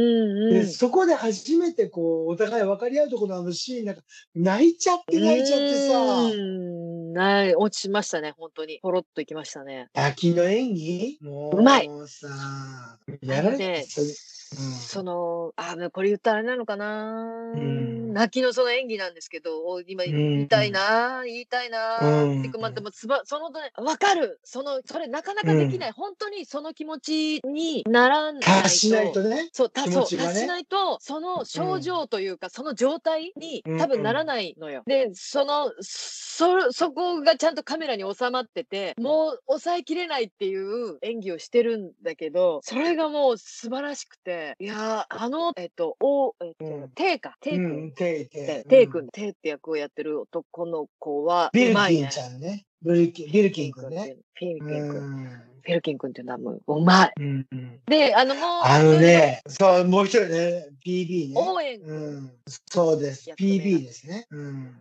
[SPEAKER 3] う
[SPEAKER 1] で
[SPEAKER 3] ん。
[SPEAKER 1] そこで初めてこうお互い分かり合うところのあのシーンなんか泣いちゃって泣いちゃってさ
[SPEAKER 3] うんない、落ちましたね、本当に。ポロっといきましたね。
[SPEAKER 1] 滝の演技も
[SPEAKER 3] うまい
[SPEAKER 1] さ、
[SPEAKER 3] あ
[SPEAKER 1] やら
[SPEAKER 3] の
[SPEAKER 1] れて
[SPEAKER 3] ね
[SPEAKER 1] それ、
[SPEAKER 3] そのあこれ言ったらあれなのかな、
[SPEAKER 1] うん
[SPEAKER 3] 泣きのその演技なんですけどお今
[SPEAKER 1] うん
[SPEAKER 3] 言いたいな、言いたいな、
[SPEAKER 1] うん
[SPEAKER 3] ってかまあでもつばそのね分かるそのそれなかなかできない、本当にその気持ちにならないと
[SPEAKER 1] 達しないとね。
[SPEAKER 3] そうた
[SPEAKER 1] 気
[SPEAKER 3] そう
[SPEAKER 1] 持ちがね
[SPEAKER 3] 達しないとその症状というか、その状態に
[SPEAKER 1] うん
[SPEAKER 3] 多分ならないのよ。でそのそそこがちゃんとカメラに収まっててもう抑えきれないっていう演技をしてるんだけどそれがもう素晴らしくていやーあのえっとおえっと、
[SPEAKER 1] うん
[SPEAKER 3] テイかテイ
[SPEAKER 1] う
[SPEAKER 3] 君、
[SPEAKER 1] ん、ていて
[SPEAKER 3] で
[SPEAKER 1] い。
[SPEAKER 3] テイ
[SPEAKER 1] うん
[SPEAKER 3] 君、テイって役をやってる男の子は
[SPEAKER 1] ビ
[SPEAKER 3] う
[SPEAKER 1] ル
[SPEAKER 3] まい
[SPEAKER 1] キン
[SPEAKER 3] ね。
[SPEAKER 1] ちゃんね。ビルキン、ビルキン君ね。
[SPEAKER 3] フィルキン
[SPEAKER 1] う
[SPEAKER 3] 君。フ
[SPEAKER 1] ん。
[SPEAKER 3] ィルキン君っていうのはもううまい。
[SPEAKER 1] うんうん
[SPEAKER 3] で、あのもう、
[SPEAKER 1] あのね、そう、もう一人ね、PB ね。
[SPEAKER 3] 応援
[SPEAKER 1] うん、そうです
[SPEAKER 3] や。っとね
[SPEAKER 1] PB ですね。うん。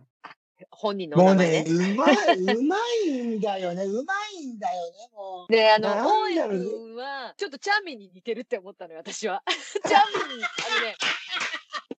[SPEAKER 3] 本人の
[SPEAKER 1] も
[SPEAKER 3] 名
[SPEAKER 1] う
[SPEAKER 3] 前ね
[SPEAKER 1] ね、。うまい、うまいんだよね。うまいんだよね、もう。
[SPEAKER 3] で、あの、
[SPEAKER 1] な
[SPEAKER 3] 大
[SPEAKER 1] ん
[SPEAKER 3] 江
[SPEAKER 1] だろう
[SPEAKER 3] 君は、ちょっとチャーミーに似てるって思ったのよ、私は。 チャーミーに、あのね、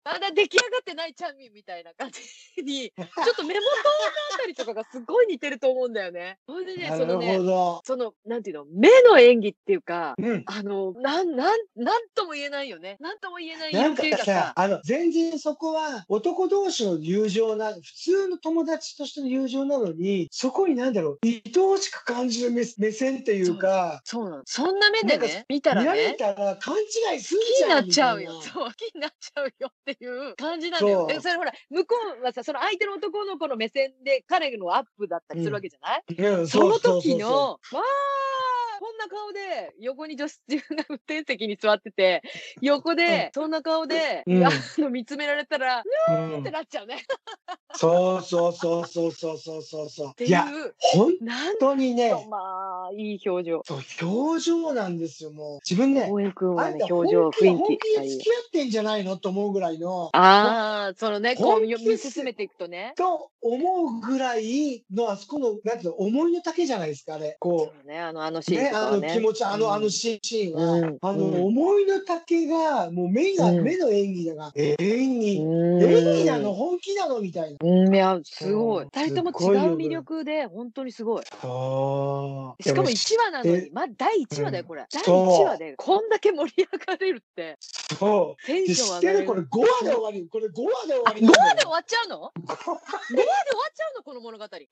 [SPEAKER 3] まだ出来上がってないチャーミーみたいな感じに、ちょっと目元のあたりとかがすごい似てると思うんだよね。ほんで ね、
[SPEAKER 1] な
[SPEAKER 3] そ
[SPEAKER 1] る
[SPEAKER 3] の
[SPEAKER 1] ほ
[SPEAKER 3] ね、
[SPEAKER 1] ど。
[SPEAKER 3] その、なんていうの、目の演技っていうか、
[SPEAKER 1] うん。
[SPEAKER 3] あの、なん、なん、なんとも言えないよね。なんとも言えない
[SPEAKER 1] な
[SPEAKER 3] 色
[SPEAKER 1] ん
[SPEAKER 3] っ
[SPEAKER 1] か
[SPEAKER 3] ていうか
[SPEAKER 1] さ
[SPEAKER 3] さ、、
[SPEAKER 1] あの、全然そこは男同士の友情な、普通の友達としての友情なのに、そこになんだろう、愛おしく感じる目目線っていうか、
[SPEAKER 3] そうなの。そんな目
[SPEAKER 1] な
[SPEAKER 3] で
[SPEAKER 1] んか
[SPEAKER 3] ね、見たら
[SPEAKER 1] 見られ
[SPEAKER 3] ね、
[SPEAKER 1] たら勘違いする
[SPEAKER 3] 好き
[SPEAKER 1] じ
[SPEAKER 3] にな
[SPEAKER 1] ゃん。
[SPEAKER 3] っちゃうよ。
[SPEAKER 1] みたいな
[SPEAKER 3] そう、好きになっちゃうよっていう感じなんだよ。
[SPEAKER 1] そう
[SPEAKER 3] でそれほら、向こうはさ、その相手の男の子の目線で彼のアップだったりするわけじゃない、
[SPEAKER 1] うん
[SPEAKER 3] その
[SPEAKER 1] うう
[SPEAKER 3] 時
[SPEAKER 1] うそう
[SPEAKER 3] の、わあこんな顔で、横に女子中が運転席に座ってて、横で、そんな顔で、
[SPEAKER 1] うん
[SPEAKER 3] あの見つめられたら、うわ
[SPEAKER 1] う
[SPEAKER 3] ーって
[SPEAKER 1] ん
[SPEAKER 3] なっちゃうね。っ
[SPEAKER 1] そうそうそうそうそうそうそうそう。
[SPEAKER 3] て
[SPEAKER 1] い
[SPEAKER 3] い
[SPEAKER 1] や、
[SPEAKER 3] う、
[SPEAKER 1] 本
[SPEAKER 3] なん
[SPEAKER 1] 当にね、
[SPEAKER 3] と、まあ、いい表情。
[SPEAKER 1] そう、表情なんですよ、もう。自分ね、
[SPEAKER 3] 大江君
[SPEAKER 1] あ
[SPEAKER 3] は
[SPEAKER 1] ん
[SPEAKER 3] ね
[SPEAKER 1] た、
[SPEAKER 3] 表情、
[SPEAKER 1] 本気で
[SPEAKER 3] 雰
[SPEAKER 1] 本
[SPEAKER 3] 囲気
[SPEAKER 1] 気
[SPEAKER 3] が
[SPEAKER 1] で
[SPEAKER 3] いい
[SPEAKER 1] 付き合。ってんじゃないのと思うぐらいの、
[SPEAKER 3] ああ、そのね、こう、
[SPEAKER 1] 本気で
[SPEAKER 3] 見進めていくとね。
[SPEAKER 1] と思うぐらいの、あそこの、なんていうの、思いの丈じゃないですか、あれ。
[SPEAKER 3] そ
[SPEAKER 1] こ
[SPEAKER 3] うね、あの、あの
[SPEAKER 1] う、
[SPEAKER 3] シーン
[SPEAKER 1] ね、
[SPEAKER 3] とか
[SPEAKER 1] あ
[SPEAKER 3] は
[SPEAKER 1] の
[SPEAKER 3] ね。
[SPEAKER 1] 気持ち、あ
[SPEAKER 3] うん
[SPEAKER 1] の、あのシーンは、
[SPEAKER 3] うん
[SPEAKER 1] あ
[SPEAKER 3] うん
[SPEAKER 1] の、思いの丈が、もう目が、
[SPEAKER 3] うん
[SPEAKER 1] 目の演技だが、演技、
[SPEAKER 3] うん
[SPEAKER 1] 演技なの、本気なのみたいな。
[SPEAKER 3] うん、いや、すごい。
[SPEAKER 1] うん
[SPEAKER 3] 二人とも
[SPEAKER 1] すご
[SPEAKER 3] 違
[SPEAKER 1] いよ
[SPEAKER 3] う魅力で、本当にすごい。
[SPEAKER 1] そう
[SPEAKER 3] しかも1話なのに、
[SPEAKER 1] え
[SPEAKER 3] まあ、第1話だよ、
[SPEAKER 1] うん
[SPEAKER 3] これ。
[SPEAKER 1] そ
[SPEAKER 3] 第
[SPEAKER 1] う
[SPEAKER 3] 1話で、こんだけ盛り上がれるって、
[SPEAKER 1] そう。
[SPEAKER 3] テン
[SPEAKER 1] で
[SPEAKER 3] シ
[SPEAKER 1] 知
[SPEAKER 3] ョン
[SPEAKER 1] っ
[SPEAKER 3] 上
[SPEAKER 1] て
[SPEAKER 3] が
[SPEAKER 1] る
[SPEAKER 3] る。
[SPEAKER 1] これ5話で終わりこれ5話で終わりなの
[SPEAKER 3] 5話で終わっちゃうの ?5 話で終わっちゃうのこの物語。え、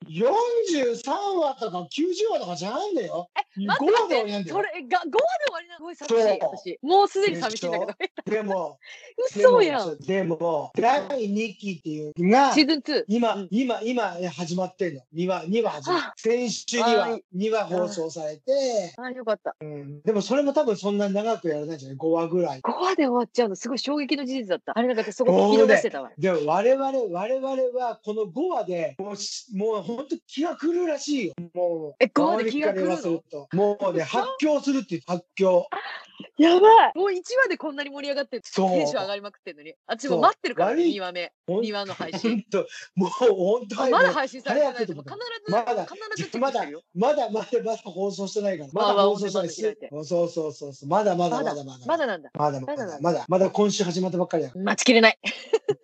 [SPEAKER 1] 43話とか90話とかじゃないんだよ。5
[SPEAKER 3] 待
[SPEAKER 1] 話で終わり
[SPEAKER 3] って待
[SPEAKER 1] な
[SPEAKER 3] っ
[SPEAKER 1] ん
[SPEAKER 3] て、
[SPEAKER 1] だ
[SPEAKER 3] そ
[SPEAKER 1] よ。
[SPEAKER 3] れが5話で終わりなのすごい寂し
[SPEAKER 1] そ
[SPEAKER 3] い、
[SPEAKER 1] う
[SPEAKER 3] 私。もうすでに寂しいんだけど。
[SPEAKER 1] でも、でも
[SPEAKER 3] 嘘やん。
[SPEAKER 1] でも、第2期っていうのが
[SPEAKER 3] シ、ーズン2。う
[SPEAKER 1] 今
[SPEAKER 3] ん、
[SPEAKER 1] 今、今始まってんの。2話、2話始まっ
[SPEAKER 3] あ
[SPEAKER 1] 先週に
[SPEAKER 3] は、
[SPEAKER 1] はい2話放送されて、
[SPEAKER 3] あ、よかった。
[SPEAKER 1] でもそれも多分そんなに長くやらないんじゃない ?5 話ぐらい。
[SPEAKER 3] 5話で終わっちゃうの、すごい衝撃の事実だった。あれなんか私そこ聞き逃してたわ。
[SPEAKER 1] でも我々、我々はこの5話でもうし、もう本当気が狂うらしいよ。もう、
[SPEAKER 3] え5話で気が狂うの
[SPEAKER 1] 周りから言わせるともうね、
[SPEAKER 3] 嘘
[SPEAKER 1] 発狂するっていう、発狂。
[SPEAKER 3] やばいもう1話でこんなに盛り上がって、テ
[SPEAKER 1] そう
[SPEAKER 3] ンション上がりまくってんのに。あっち
[SPEAKER 1] そ
[SPEAKER 3] も
[SPEAKER 1] う
[SPEAKER 3] 待ってるから、
[SPEAKER 1] 悪い
[SPEAKER 3] 2話目。
[SPEAKER 1] ほん
[SPEAKER 3] 2話の配信。
[SPEAKER 1] 本当、もう本当
[SPEAKER 3] あ
[SPEAKER 1] に
[SPEAKER 3] まだ配信されてない
[SPEAKER 1] 早
[SPEAKER 3] と思
[SPEAKER 1] く
[SPEAKER 3] う。
[SPEAKER 1] て
[SPEAKER 3] 必
[SPEAKER 1] こ
[SPEAKER 3] ず、
[SPEAKER 1] まだ
[SPEAKER 3] 必ずチェッ
[SPEAKER 1] ま
[SPEAKER 3] クし
[SPEAKER 1] だ
[SPEAKER 3] てるよ。
[SPEAKER 1] まだまだまだ放送してないから。
[SPEAKER 3] まあ
[SPEAKER 1] まだ放送してない
[SPEAKER 3] まあ
[SPEAKER 1] し。そうそうそうそう。まだまだま
[SPEAKER 3] まだ
[SPEAKER 1] だまだ。
[SPEAKER 3] まだなんだ。
[SPEAKER 1] まだま
[SPEAKER 3] まだ
[SPEAKER 1] だまだまだ今週始まったばっかりだか
[SPEAKER 3] 待ちきれない。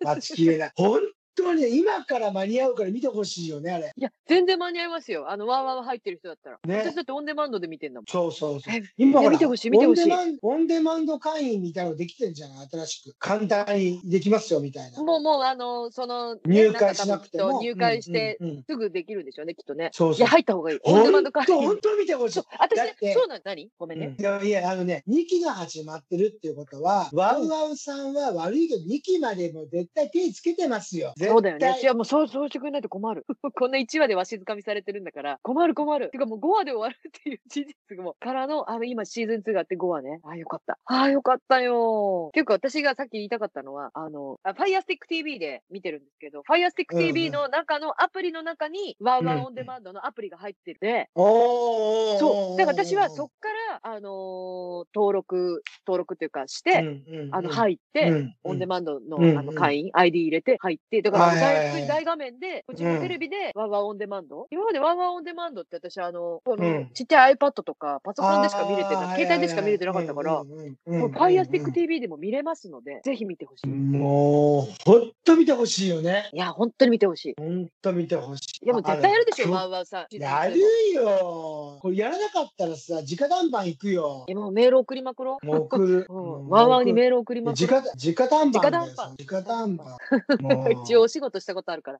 [SPEAKER 1] ら。待ちきれ ない。本当にね今から間に合うから見てほしいよね、あれ。
[SPEAKER 3] いや、全然間に合いますよ。あの、わーわーわー入ってる人だったら。
[SPEAKER 1] ね
[SPEAKER 3] 私だってオンデマンドで見てんだもん。
[SPEAKER 1] そうそうそう
[SPEAKER 3] え。
[SPEAKER 1] 今ほ
[SPEAKER 3] いや
[SPEAKER 1] ら
[SPEAKER 3] 見てほしい、見てほしい。
[SPEAKER 1] オンデマンオンデマンド会員みたいなのできてんじゃん、新しく。簡単にできますよ、みたいな。
[SPEAKER 3] もう、もう、あの、その、ね
[SPEAKER 1] 入会しなくて
[SPEAKER 3] んか多
[SPEAKER 1] も。
[SPEAKER 3] 分きっと入会して、
[SPEAKER 1] うん。うんうん
[SPEAKER 3] すぐできるんでしょうね、きっとね。
[SPEAKER 1] そう
[SPEAKER 3] い
[SPEAKER 1] そう
[SPEAKER 3] や、。入った方がいい。オンデマン
[SPEAKER 1] 本
[SPEAKER 3] ド会
[SPEAKER 1] 当、
[SPEAKER 3] 員
[SPEAKER 1] 本。当見てほし
[SPEAKER 3] そ。、
[SPEAKER 1] いう
[SPEAKER 3] 私
[SPEAKER 1] だっ
[SPEAKER 3] ね、
[SPEAKER 1] て
[SPEAKER 3] そうなの、何ごめんね。
[SPEAKER 1] いやいや、あのね、2期が始まってるっていうことは、ワウワウさんは悪いけど、2期までも絶対手つけてますよ。絶対
[SPEAKER 3] そうだよね。いや、もうそう、そうしてくれないと困る。 こんな1話でわしづかみされてるんだから、困る困る。てかもう5話で終わるっていう事実も、からの、あの、今シーズン2があって5話ね。ああ、よかった。ああ、よかったよ。っていうか、私がさっき言いたかったのは、あの、あファイアスティック TV で見てるんですけど、ファイアスティック TV の中のアプリの中に、ワーワーオンデマンドのアプリが入ってるで、
[SPEAKER 1] おーおーおーおー
[SPEAKER 3] そう。だから私はそっから、あのー登録、登録っていうかして、
[SPEAKER 1] うんうんうん
[SPEAKER 3] あの、入っ
[SPEAKER 1] う
[SPEAKER 3] て、
[SPEAKER 1] んうん
[SPEAKER 3] オンデマンドの,、
[SPEAKER 1] うん
[SPEAKER 3] あの
[SPEAKER 1] うん
[SPEAKER 3] 会員、ID 入れて入って、だかが、
[SPEAKER 1] はいはいはい
[SPEAKER 3] 大普通に大画面で、こっちのテレビで、ワンワンオンデマンド。今までワンワンオンデマンドって私、あの、
[SPEAKER 1] う
[SPEAKER 3] この
[SPEAKER 1] ん
[SPEAKER 3] ちっちゃい iPad とか、パソコンでしか見れて
[SPEAKER 1] あ
[SPEAKER 3] な
[SPEAKER 1] ー
[SPEAKER 3] い、携帯でしか見れてなかったから、、もうファイアスティック TV でも見れますので、ぜひ見てほしい。
[SPEAKER 1] もう、ほっと見てほしいよね。
[SPEAKER 3] いや、本当に見てほしい。
[SPEAKER 1] ほんと見てほしい。
[SPEAKER 3] いや、もう絶対やるでし
[SPEAKER 1] あ
[SPEAKER 3] ょ、
[SPEAKER 1] の
[SPEAKER 3] ワウワウさん。
[SPEAKER 1] やるよ。これやらなかったらさ、直談判行く よ。
[SPEAKER 3] え、もうメール送りまくろう。
[SPEAKER 1] もう送る。
[SPEAKER 3] うんワンワンにメール送りま
[SPEAKER 1] 直
[SPEAKER 3] くろう。
[SPEAKER 1] 直談判だよ。
[SPEAKER 3] 直
[SPEAKER 1] 直談
[SPEAKER 3] 談判
[SPEAKER 1] 判。
[SPEAKER 3] 一応お仕事したことあるから。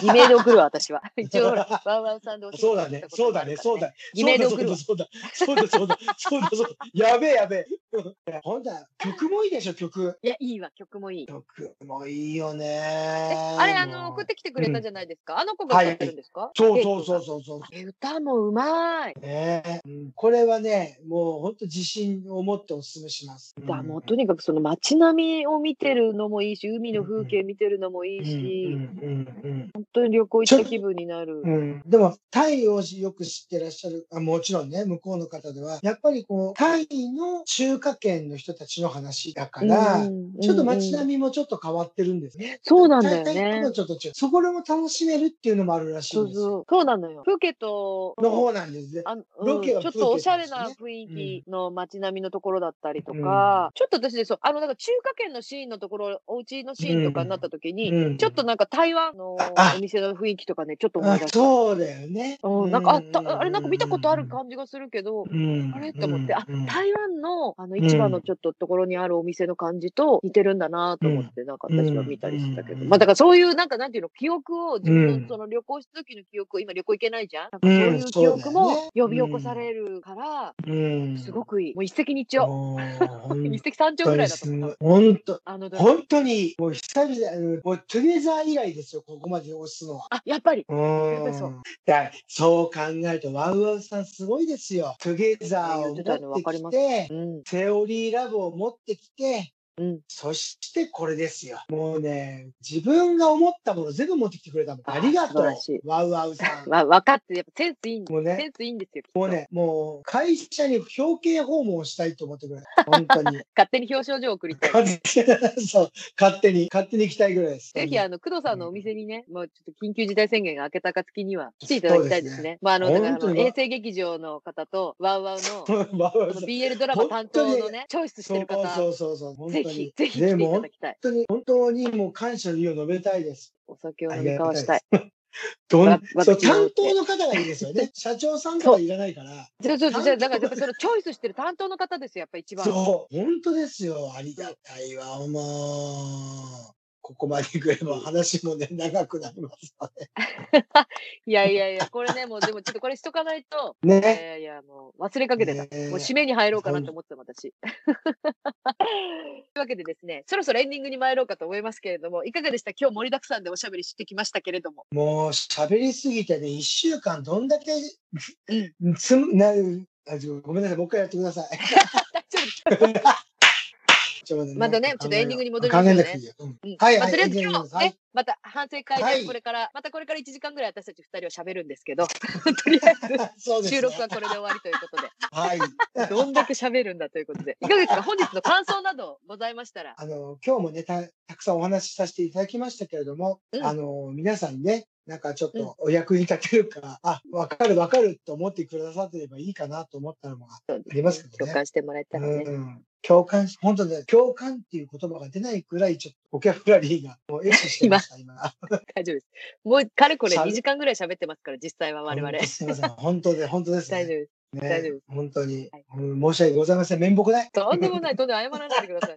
[SPEAKER 3] 偽名で送るわ、私は。一応ほら、ワンワンさんでお仕
[SPEAKER 1] そう
[SPEAKER 3] 事
[SPEAKER 1] だ
[SPEAKER 3] し
[SPEAKER 1] ね
[SPEAKER 3] た、こ
[SPEAKER 1] そう
[SPEAKER 3] とがあ
[SPEAKER 1] だ
[SPEAKER 3] る
[SPEAKER 1] ね、
[SPEAKER 3] から
[SPEAKER 1] そうだ。
[SPEAKER 3] 偽名で送るわ
[SPEAKER 1] そうだ、そうだ、そうだ、そうだ、そうだ、そうだ。やべえ、 やべえ。ほんとだ、曲もいいでしょ、曲。
[SPEAKER 3] いや、いいわ、曲もいい。
[SPEAKER 1] 曲もいいよね
[SPEAKER 3] え、あれ、あ
[SPEAKER 1] も
[SPEAKER 3] の、
[SPEAKER 1] う
[SPEAKER 3] 送ってきてくれたじゃないですか。あの子が歌ってるんですか
[SPEAKER 1] そうそうそうそうそう。
[SPEAKER 3] え、歌もうまい。
[SPEAKER 1] ねうんこれはね、もう本当自信を持ってお勧めします。
[SPEAKER 3] だもうとにかくその街並みを見てるのもいいし、海の風景見てるのもいいし、
[SPEAKER 1] うん
[SPEAKER 3] 本当に旅行行った気分にな
[SPEAKER 1] う
[SPEAKER 3] る
[SPEAKER 1] んう。んうんでもタイをよく知ってらっしゃるあもちろんね向こうの方ではやっぱりこうタイの中華圏の人たちの話だから、
[SPEAKER 3] うん
[SPEAKER 1] ちょっと街並みもちょっと変わってるんですね。
[SPEAKER 3] そうなんだよね
[SPEAKER 1] タイタイともちょっと違う。そこでも楽しめるっていうのもあるらしい
[SPEAKER 3] そ
[SPEAKER 1] ん
[SPEAKER 3] う
[SPEAKER 1] ですよ。
[SPEAKER 3] そうそうなのよ。プーケット
[SPEAKER 1] の方なんですね。
[SPEAKER 3] あのうん
[SPEAKER 1] ロケは
[SPEAKER 3] ちょっ
[SPEAKER 1] プーケッ
[SPEAKER 3] と
[SPEAKER 1] ト
[SPEAKER 3] おしゃれな
[SPEAKER 1] です
[SPEAKER 3] 雰囲気の街並みのところだったりとか、ちょっと私でそう、あの、なんか中華圏のシーンのところ、お家のシーンとかになった時に、
[SPEAKER 1] うん
[SPEAKER 3] ちょっとなんか台湾の
[SPEAKER 1] あ
[SPEAKER 3] お店の雰囲気とかね、ちょっと思い
[SPEAKER 1] あ
[SPEAKER 3] 出した。
[SPEAKER 1] そうだよね。
[SPEAKER 3] うん、なんかあった、ああれなんか見たことある感じがするけど、
[SPEAKER 1] うん。
[SPEAKER 3] あれって思って、あ
[SPEAKER 1] うん、
[SPEAKER 3] 台湾のあの市場のちょっとところにあるお店の感じと似てるんだなと思って、なんか私は見たりしてたけど、
[SPEAKER 1] うん
[SPEAKER 3] まあだからそういうなんかなんていうの、記憶を、自
[SPEAKER 1] う
[SPEAKER 3] 分
[SPEAKER 1] ん
[SPEAKER 3] その旅行した時の記憶を、今旅行行けないじゃんなんかそういう記憶
[SPEAKER 1] うんそうだよ
[SPEAKER 3] も
[SPEAKER 1] ね
[SPEAKER 3] 呼び起こされるから、
[SPEAKER 1] うん、
[SPEAKER 3] すご
[SPEAKER 1] く
[SPEAKER 3] くいい。もう一石二鳥。一
[SPEAKER 1] 本
[SPEAKER 3] 石三鳥
[SPEAKER 1] 当
[SPEAKER 3] ぐら
[SPEAKER 1] に
[SPEAKER 3] いだと
[SPEAKER 1] す
[SPEAKER 3] 思
[SPEAKER 1] ご
[SPEAKER 3] う
[SPEAKER 1] い。。本当。
[SPEAKER 3] あのドラマ
[SPEAKER 1] 本当に、もう久々、うんもうトゥゲザー以来ですよ、ここまで押すのは。
[SPEAKER 3] あ、やっぱり。
[SPEAKER 1] う
[SPEAKER 3] やっぱ
[SPEAKER 1] ん
[SPEAKER 3] りそう
[SPEAKER 1] だそう考えると、ワウワウさんすごいですよ。トゥゲザーを持
[SPEAKER 3] 言ってたの分かり
[SPEAKER 1] っ
[SPEAKER 3] ま
[SPEAKER 1] てきて、
[SPEAKER 3] うん。
[SPEAKER 1] セオリーラボを持ってきて、
[SPEAKER 3] うん。
[SPEAKER 1] そしてこれですよ。もうね、自分が思ったもの全部持ってきてくれたもん。
[SPEAKER 3] あ
[SPEAKER 1] ありがとう
[SPEAKER 3] 素晴らしい、
[SPEAKER 1] ワウワウさん。
[SPEAKER 3] わ、分かって、やっぱセンスいいんだ
[SPEAKER 1] もうね
[SPEAKER 3] センスいいんですよ。きっと
[SPEAKER 1] もう。ね、もう会社に表敬訪問をしたいと思ってくれ。本当 に。
[SPEAKER 3] 勝手に表彰状を送りたい。
[SPEAKER 1] 勝手にそう勝手に、勝手に行きたいぐらいです。
[SPEAKER 3] ぜひ、あの、工藤さんのお店にね、もうちょっと緊急事態宣言が明けた暁には来ていただきたいで
[SPEAKER 1] そ
[SPEAKER 3] すね。
[SPEAKER 1] うです
[SPEAKER 3] まあ、あの、だからあ
[SPEAKER 1] 本当
[SPEAKER 3] の、
[SPEAKER 1] に
[SPEAKER 3] 衛星劇場の方と、ワウワウの、こ
[SPEAKER 1] ワウワウ
[SPEAKER 3] の
[SPEAKER 1] さん
[SPEAKER 3] BL ドラマ担当の
[SPEAKER 1] 本当
[SPEAKER 3] ね、チョイスし
[SPEAKER 1] そ
[SPEAKER 3] て
[SPEAKER 1] う
[SPEAKER 3] る方、
[SPEAKER 1] そうそうそう、本当
[SPEAKER 3] ぜ
[SPEAKER 1] に。
[SPEAKER 3] ひ、ぜひ来
[SPEAKER 1] ね
[SPEAKER 3] てい
[SPEAKER 1] もう
[SPEAKER 3] ただきたい。
[SPEAKER 1] 本当に、本当にもう感謝の意を述べたいです。
[SPEAKER 3] お酒を飲み交わしたい。
[SPEAKER 1] ど
[SPEAKER 3] わ
[SPEAKER 1] ん
[SPEAKER 3] わ
[SPEAKER 1] そう
[SPEAKER 3] 私も
[SPEAKER 1] 担当の方がいいですよ ね。社長さんとかいらないから。
[SPEAKER 3] じゃあ、じゃあじゃあだから、
[SPEAKER 1] 担当
[SPEAKER 3] やっぱそのチョイスしてる担当の方ですよ、やっぱ一番。
[SPEAKER 1] そう、本当ですよ。ありがたいわ、もう。ここまでくれば話もね、長くなりますの
[SPEAKER 3] いやいやいや、これね、もう、でもちょっとこれしとかないと、
[SPEAKER 1] で。
[SPEAKER 3] いやい
[SPEAKER 1] ね。
[SPEAKER 3] やいや、もう忘れかけてた。
[SPEAKER 1] ね
[SPEAKER 3] もう締めに入ろうかなと思ってた、 私。というわけでですね、そろそろエンディングに参ろうかと思いますけれども、いかがでした今日盛りだくさんでおしゃべりしてきましたけれども。
[SPEAKER 1] もう喋りすぎてね、一週間どんだけ、
[SPEAKER 3] う
[SPEAKER 1] つなあちょごめんなさい、もう一回やってください。
[SPEAKER 3] 大丈夫
[SPEAKER 1] ちょっと待って
[SPEAKER 3] またねちょっとエンディングに戻りま
[SPEAKER 1] 考
[SPEAKER 3] しょう
[SPEAKER 1] え
[SPEAKER 3] ね
[SPEAKER 1] なくていいようん
[SPEAKER 3] うん
[SPEAKER 1] はい、は
[SPEAKER 3] まあ
[SPEAKER 1] い、
[SPEAKER 3] とりあえず
[SPEAKER 1] エンディン
[SPEAKER 3] 今
[SPEAKER 1] グ
[SPEAKER 3] 日ね、また反省会
[SPEAKER 1] は
[SPEAKER 3] で
[SPEAKER 1] い
[SPEAKER 3] これから、またこれから1時間ぐらい私たち2人をしゃべるんです けど、とりあえ
[SPEAKER 1] そうで
[SPEAKER 3] ず
[SPEAKER 1] すね
[SPEAKER 3] 収録はこれで終わりということで、
[SPEAKER 1] はい。
[SPEAKER 3] どんだけしゃべるんだということで、いかがですか本日の感想などございましたら。
[SPEAKER 1] あの、今日もねた、たくさんお話しさせていただきましたけれども、
[SPEAKER 3] うん
[SPEAKER 1] あの、皆さんにね、なんかちょっ
[SPEAKER 3] うん
[SPEAKER 1] とお役に立てるか、あ、わかるわかると思ってくださってればいいかなと思ったのがありますけど
[SPEAKER 3] 共
[SPEAKER 1] ね。
[SPEAKER 3] 感してもらえたらね。
[SPEAKER 1] うん、共感し、本当ね、共感っていう言葉が出ないくらい、ちょっとボキャブラリーがもうエッチしてました、今。
[SPEAKER 3] 大丈夫です。もうかれこれ
[SPEAKER 1] しゃべ
[SPEAKER 3] 2時間ぐらい喋ってますから、実際は 我々。
[SPEAKER 1] 本当すみません、本当で、本当です、ね。
[SPEAKER 3] 大丈夫です。
[SPEAKER 1] ね
[SPEAKER 3] 大丈夫です
[SPEAKER 1] 本当に、
[SPEAKER 3] はい
[SPEAKER 1] うん申し訳ございません。面目ない。
[SPEAKER 3] とんでもない、とんでもない謝らないでください。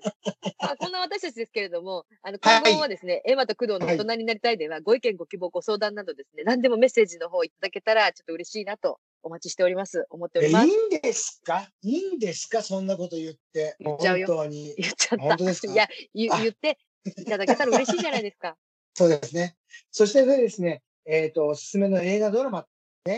[SPEAKER 3] まあ、こんな私たちですけれども、あの、
[SPEAKER 1] はい
[SPEAKER 3] 今後はですね、エマと工藤の大人になりたいでは、ご意見、ご希望、ご相談などですね、何でもメッセージの方いただけたら、ちょっと嬉しいなとお待ちしております。思ってお
[SPEAKER 1] えい
[SPEAKER 3] り
[SPEAKER 1] い
[SPEAKER 3] ます。
[SPEAKER 1] んですかいいんですかそんなこと言って。
[SPEAKER 3] 言っちゃうよ
[SPEAKER 1] 本当に。
[SPEAKER 3] 言っちゃった。
[SPEAKER 1] 本当ですか
[SPEAKER 3] いや、ゆ
[SPEAKER 1] あ
[SPEAKER 3] 言っていただけたら嬉しいじゃないです か。
[SPEAKER 1] そうですね。そしてですね、えっ、と、おすすめの映画ドラマね、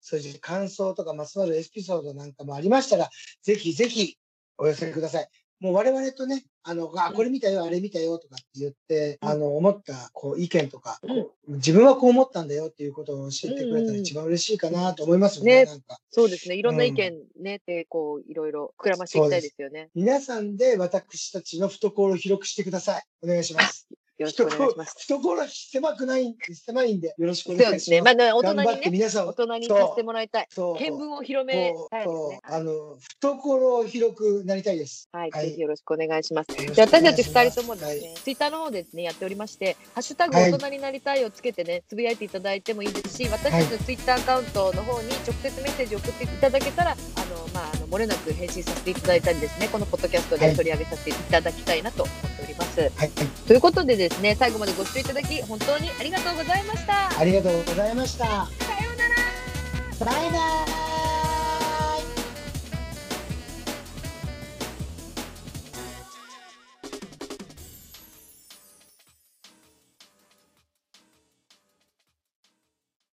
[SPEAKER 1] そして感想とかまつわるエピソードなんかもありましたら、ぜひぜひお寄せください。もう我々とね、あの、あ、これ見たよ、あれ見たよとかって言って、
[SPEAKER 3] うん
[SPEAKER 1] あの、思った、こう、意見とか、
[SPEAKER 3] うん
[SPEAKER 1] こう自分はこう思ったんだよっていうことを教えてくれ
[SPEAKER 3] うん
[SPEAKER 1] たら
[SPEAKER 3] うん
[SPEAKER 1] 一番嬉しいかなと思いますよ
[SPEAKER 3] ね
[SPEAKER 1] ね、なんか。
[SPEAKER 3] そうですね。いろんな意見
[SPEAKER 1] う
[SPEAKER 3] ね、で、こう、いろいろ膨らましていきたいですよね。
[SPEAKER 1] 皆さんで私たちの懐を広くしてください。お願いします。
[SPEAKER 3] よろしく
[SPEAKER 1] 人
[SPEAKER 3] お願いします。
[SPEAKER 1] 人殺し狭くない、狭いんで、よろしくお
[SPEAKER 3] そう
[SPEAKER 1] 願いし
[SPEAKER 3] で
[SPEAKER 1] ます。
[SPEAKER 3] すね。まあ、ね大人
[SPEAKER 1] 頑張っ
[SPEAKER 3] に
[SPEAKER 1] て
[SPEAKER 3] ね、
[SPEAKER 1] 皆さん
[SPEAKER 3] 大
[SPEAKER 1] を、
[SPEAKER 3] 人にさせてもらいたい。
[SPEAKER 1] そう、
[SPEAKER 3] 見聞を広め
[SPEAKER 1] そう
[SPEAKER 3] たいですね。
[SPEAKER 1] そうあの、懐を広くなりたいです。
[SPEAKER 3] はい、
[SPEAKER 1] はい
[SPEAKER 3] ぜひよろしくお願いします。
[SPEAKER 1] よろし
[SPEAKER 3] で
[SPEAKER 1] くお願
[SPEAKER 3] 私
[SPEAKER 1] いしま
[SPEAKER 3] た
[SPEAKER 1] す
[SPEAKER 3] ち二人ともです
[SPEAKER 1] はい
[SPEAKER 3] ね、ツイッターの方でねやっておりまして、ハッシュタグ
[SPEAKER 1] はい
[SPEAKER 3] 大人になりたいをつけてね、つぶやいていただいてもいいですし、私たちのツイッターアカウントの方に直接メッセージを送っていただけたら、あのまああの漏れなく返信させていただいたりですね、このポッドキャストで取り上げさせていただきたいなと思っております。
[SPEAKER 1] はい、はい
[SPEAKER 3] ということでですね、最後までご視聴いただき本当にありがとうございました。
[SPEAKER 1] ありがとうございました。さようなら。バイバイ。